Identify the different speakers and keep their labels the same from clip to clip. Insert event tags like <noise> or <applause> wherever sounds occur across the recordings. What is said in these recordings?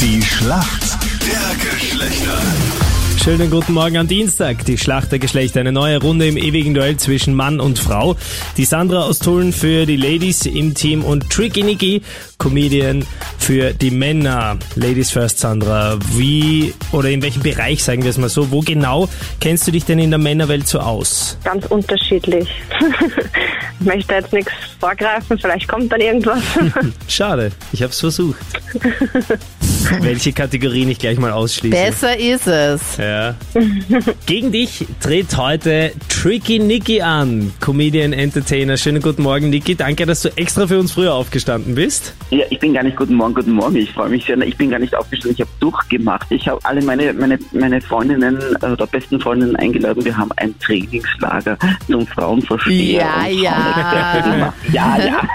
Speaker 1: Die Schlacht der Geschlechter.
Speaker 2: Schönen guten Morgen am Dienstag. Die Schlacht der Geschlechter. Eine neue Runde im ewigen Duell zwischen Mann und Frau. Die Sandra aus Tulln für die Ladies im Team und Tricky Nicky, Comedian für die Männer. Ladies first, Sandra. Wie oder in welchem Bereich, sagen wir es mal so, wo genau kennst du dich denn in der Männerwelt so aus?
Speaker 3: Ganz unterschiedlich. <laughs> Ich möchte jetzt nichts vorgreifen, vielleicht kommt dann irgendwas.
Speaker 2: Schade, ich hab's versucht. Welche Kategorien ich gleich mal ausschließe.
Speaker 4: Besser ist es.
Speaker 2: Ja.
Speaker 4: <laughs>
Speaker 2: Gegen dich tritt heute Tricky Nicky an, Comedian Entertainer. Schönen guten Morgen, Nicky. Danke, dass du extra für uns früher aufgestanden bist.
Speaker 5: Ja, ich bin gar nicht guten Morgen, guten Morgen. Ich freue mich sehr. Ich bin gar nicht aufgestanden. Ich habe durchgemacht. Ich habe alle meine, meine, meine Freundinnen äh, oder besten Freundinnen eingeladen. Wir haben ein Trainingslager zum Frauenversteher.
Speaker 4: Ja,
Speaker 5: und <laughs>
Speaker 4: ja.
Speaker 5: Frauenexperten gemacht.
Speaker 4: <laughs>
Speaker 5: Ja, ja.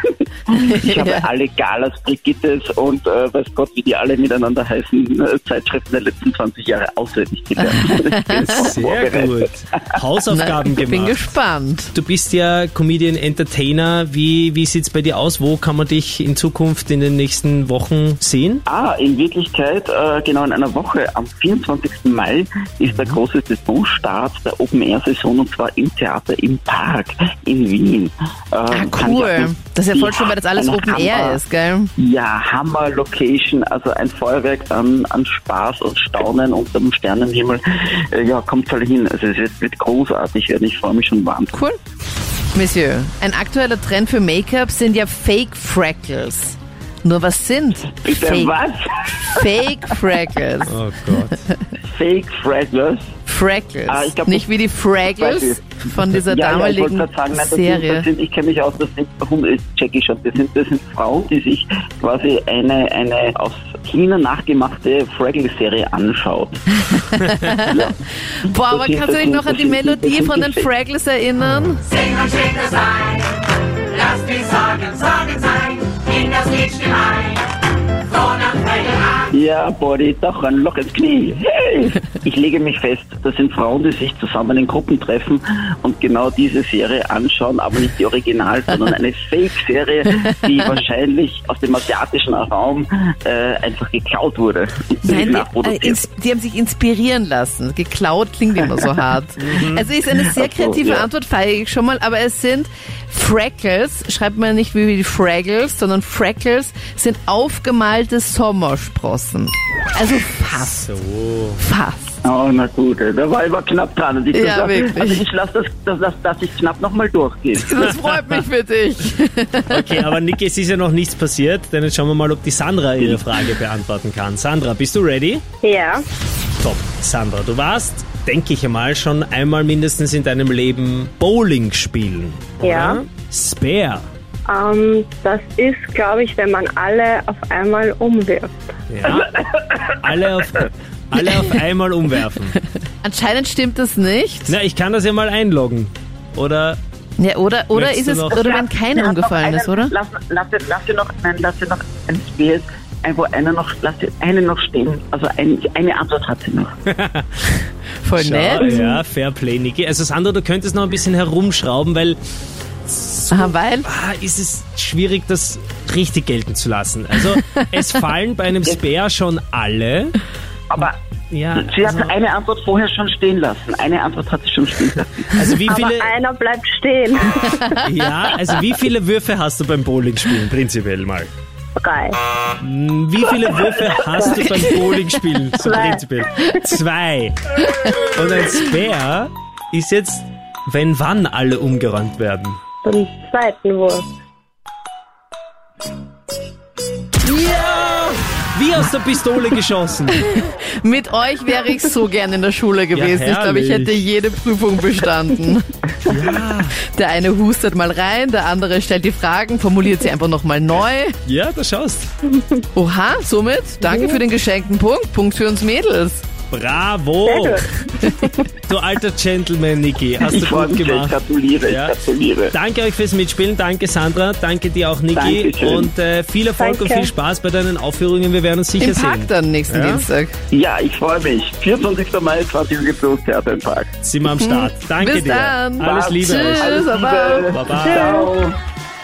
Speaker 5: Ich habe alle Galas, Brigittes und äh, weiß Gott, wie die alle miteinander heißen, äh, Zeitschriften der letzten 20 Jahre auswendig gelernt. Ich bin
Speaker 2: Sehr
Speaker 4: <laughs>
Speaker 5: vorbereitet.
Speaker 2: gut. Hausaufgaben
Speaker 4: ich bin
Speaker 2: gemacht.
Speaker 4: gespannt.
Speaker 2: Du bist ja Comedian Entertainer. Wie, wie sieht's bei dir aus? Wo kann man dich in Zukunft in den nächsten Wochen sehen?
Speaker 5: Ah, in Wirklichkeit, äh, genau in einer Woche, am 24. Mai ist
Speaker 4: Mhm.
Speaker 5: der große Saisonstart der Open-Air-Saison und zwar im Theater im Park in Wien. Äh,
Speaker 4: Ah,
Speaker 5: kann ich auch
Speaker 4: cool.
Speaker 5: nicht-
Speaker 4: Das ist ja voll schön, weil das alles
Speaker 5: eine
Speaker 4: Open Air
Speaker 5: Hammer-
Speaker 4: ist, gell?
Speaker 5: Ja, Hammer-Location, also ein Feuerwerk an, an Spaß und Staunen unter dem Sternenhimmel. Äh, ja, kommt alle hin. Also es wird, wird großartig werden. Ich freue mich schon wahnsinnig.
Speaker 4: Cool. Monsieur, ein aktueller Trend für Make-up sind ja Fake Freckles. Nur was sind
Speaker 5: Bitte
Speaker 4: Fake,
Speaker 5: was?
Speaker 4: Fake Freckles?
Speaker 5: <laughs>
Speaker 2: Oh
Speaker 4: <laughs>
Speaker 2: Gott.
Speaker 5: Fake Freckles?
Speaker 4: Freckles.
Speaker 5: Ah, ich glaub,
Speaker 4: Nicht wie die Freckles
Speaker 5: Freckles.
Speaker 4: von dieser
Speaker 5: ich
Speaker 4: damaligen
Speaker 5: wollte gerade sagen, nein, das Sind,
Speaker 4: Serie.
Speaker 5: das sind, ich kenne mich aus, das sind, warum äh, check ich schon, das sind, das sind Frauen, die sich quasi eine, eine aus China nachgemachte Fraggle-Serie anschaut.
Speaker 4: Boah, aber
Speaker 5: das sind-
Speaker 4: kannst du
Speaker 5: das
Speaker 4: dich noch
Speaker 5: sind-
Speaker 4: an die
Speaker 5: das sind- das
Speaker 4: Melodie
Speaker 5: sind
Speaker 4: von den
Speaker 5: Geschichten.
Speaker 4: Freckles erinnern?
Speaker 6: Sing und Schädel sein. Lass die Sorgen, Sorgen sein. In das Lied stimm ein. Wonach fällt an?
Speaker 5: Ja, Body, doch ein Loch ins Knie. Hey! Ich lege mich fest, das sind Frauen, die sich zusammen in Gruppen treffen und genau diese Serie anschauen, aber nicht die Original,
Speaker 4: <laughs>
Speaker 5: sondern eine Fake-Serie, die wahrscheinlich aus dem asiatischen Raum äh, einfach geklaut wurde. und
Speaker 4: Nein, die, äh,
Speaker 5: nachproduziert.
Speaker 4: ins, die haben sich inspirieren lassen. Geklaut klingt immer
Speaker 5: <laughs>
Speaker 4: so hart. also ist eine sehr
Speaker 5: Mhm. Ach so,
Speaker 4: kreative
Speaker 5: ja.
Speaker 4: Antwort, feige ich schon mal, aber es sind Freckles, schreibt man nicht wie die Fraggles, sondern Freckles sind aufgemalte Sommersprossen. Also fast,
Speaker 2: So.
Speaker 4: fast.
Speaker 5: Oh, na gut, ey. da war ich aber knapp dran. Und ich
Speaker 4: Ja,
Speaker 5: gesagt,
Speaker 4: wirklich.
Speaker 5: Also ich lasse das, das, das, das ich knapp nochmal durchgehen.
Speaker 4: Das freut mich für
Speaker 5: <laughs>
Speaker 4: dich.
Speaker 2: Okay, aber Nicky, es ist ja noch nichts passiert. Denn jetzt schauen wir mal, ob die Sandra ihre Frage beantworten kann. Sandra, bist du ready?
Speaker 3: Ja,
Speaker 2: Top. Sandra, du warst, denke ich mal, schon einmal mindestens in deinem Leben Bowling spielen. Oder?
Speaker 3: Ja.
Speaker 2: Spare.
Speaker 3: ähm, das ist, glaube ich, wenn man alle auf einmal umwirft.
Speaker 2: Ja. alle, auf, alle auf einmal umwerfen.
Speaker 4: Anscheinend stimmt das nicht.
Speaker 2: Na, ich kann das ja mal einloggen. Oder
Speaker 4: Ja, oder, oder
Speaker 2: Möchtest
Speaker 4: ist
Speaker 2: du
Speaker 4: es,
Speaker 2: noch-
Speaker 4: oder wenn keiner umgefallen ist, oder?
Speaker 5: Lass, lass, lass, lass dir noch, nein, lass dir noch ein Spiel, wo einer noch, lass dir eine noch stehen. Also ein, eine Antwort hat sie noch.
Speaker 4: <laughs> Voll
Speaker 2: Schau,
Speaker 4: nett.
Speaker 2: ja, Fair Play, Niki. Also Sandra, du könntest noch ein bisschen herumschrauben, weil
Speaker 4: Aha, weil,
Speaker 2: ah, ist es schwierig, das richtig gelten zu lassen. Also es fallen bei einem Spare schon alle.
Speaker 5: Aber
Speaker 2: Ja,
Speaker 5: sie
Speaker 2: also,
Speaker 5: hat eine Antwort vorher schon stehen lassen. Eine Antwort hat sie schon stehen lassen.
Speaker 2: also wie
Speaker 3: Aber
Speaker 2: viele,
Speaker 3: einer bleibt stehen. <laughs>
Speaker 2: ja, also wie viele Würfe hast du beim Bowling spielen, prinzipiell mal?
Speaker 3: Drei.
Speaker 2: Wie viele
Speaker 3: <laughs>
Speaker 2: Würfe hast du beim Bowling spielen, so
Speaker 3: Zwei.
Speaker 2: prinzipiell? Zwei. Und ein Spare ist jetzt, wenn wann alle umgeräumt werden.
Speaker 3: Zum zweiten Wurf.
Speaker 2: Ja! Wie aus der Pistole geschossen.
Speaker 4: mit euch wäre ich so gern in der Schule gewesen. ich glaube, ich
Speaker 2: herrlich.
Speaker 4: hätte jede
Speaker 2: <laughs>
Speaker 4: Prüfung bestanden. Der eine hustet mal rein, der andere stellt die Fragen, formuliert sie einfach nochmal neu.
Speaker 2: Ja, da schaust.
Speaker 4: Oha, somit, danke
Speaker 2: Mhm.
Speaker 4: für den geschenkten Punkt. Punkt für uns Mädels.
Speaker 2: Bravo! Du alter Gentleman, Niki. Hast
Speaker 5: Ich
Speaker 2: du
Speaker 5: freue
Speaker 2: gut
Speaker 5: mich, sehr, ich
Speaker 2: gemacht.
Speaker 5: gratuliere,
Speaker 2: Ja.
Speaker 5: ich gratuliere.
Speaker 2: Danke euch fürs Mitspielen. Danke, Sandra. Danke dir auch, Niki.
Speaker 5: Dankeschön.
Speaker 2: Und äh, viel Erfolg
Speaker 3: Danke.
Speaker 2: und viel Spaß bei deinen Aufführungen. Wir werden uns sicher
Speaker 4: Im Park
Speaker 2: sehen.
Speaker 4: dann nächsten
Speaker 2: Ja.
Speaker 4: Dienstag.
Speaker 5: Ja, ich freue mich. 24. Mai, 20 Uhr geht's los, Theater im Park.
Speaker 4: <laughs>
Speaker 2: Sind wir am Start. Danke
Speaker 4: Bis
Speaker 2: dir.
Speaker 4: dann.
Speaker 2: Alles Liebe.
Speaker 4: Tschüss,
Speaker 2: euch.
Speaker 4: Baba.
Speaker 2: Baba.
Speaker 5: Ciao.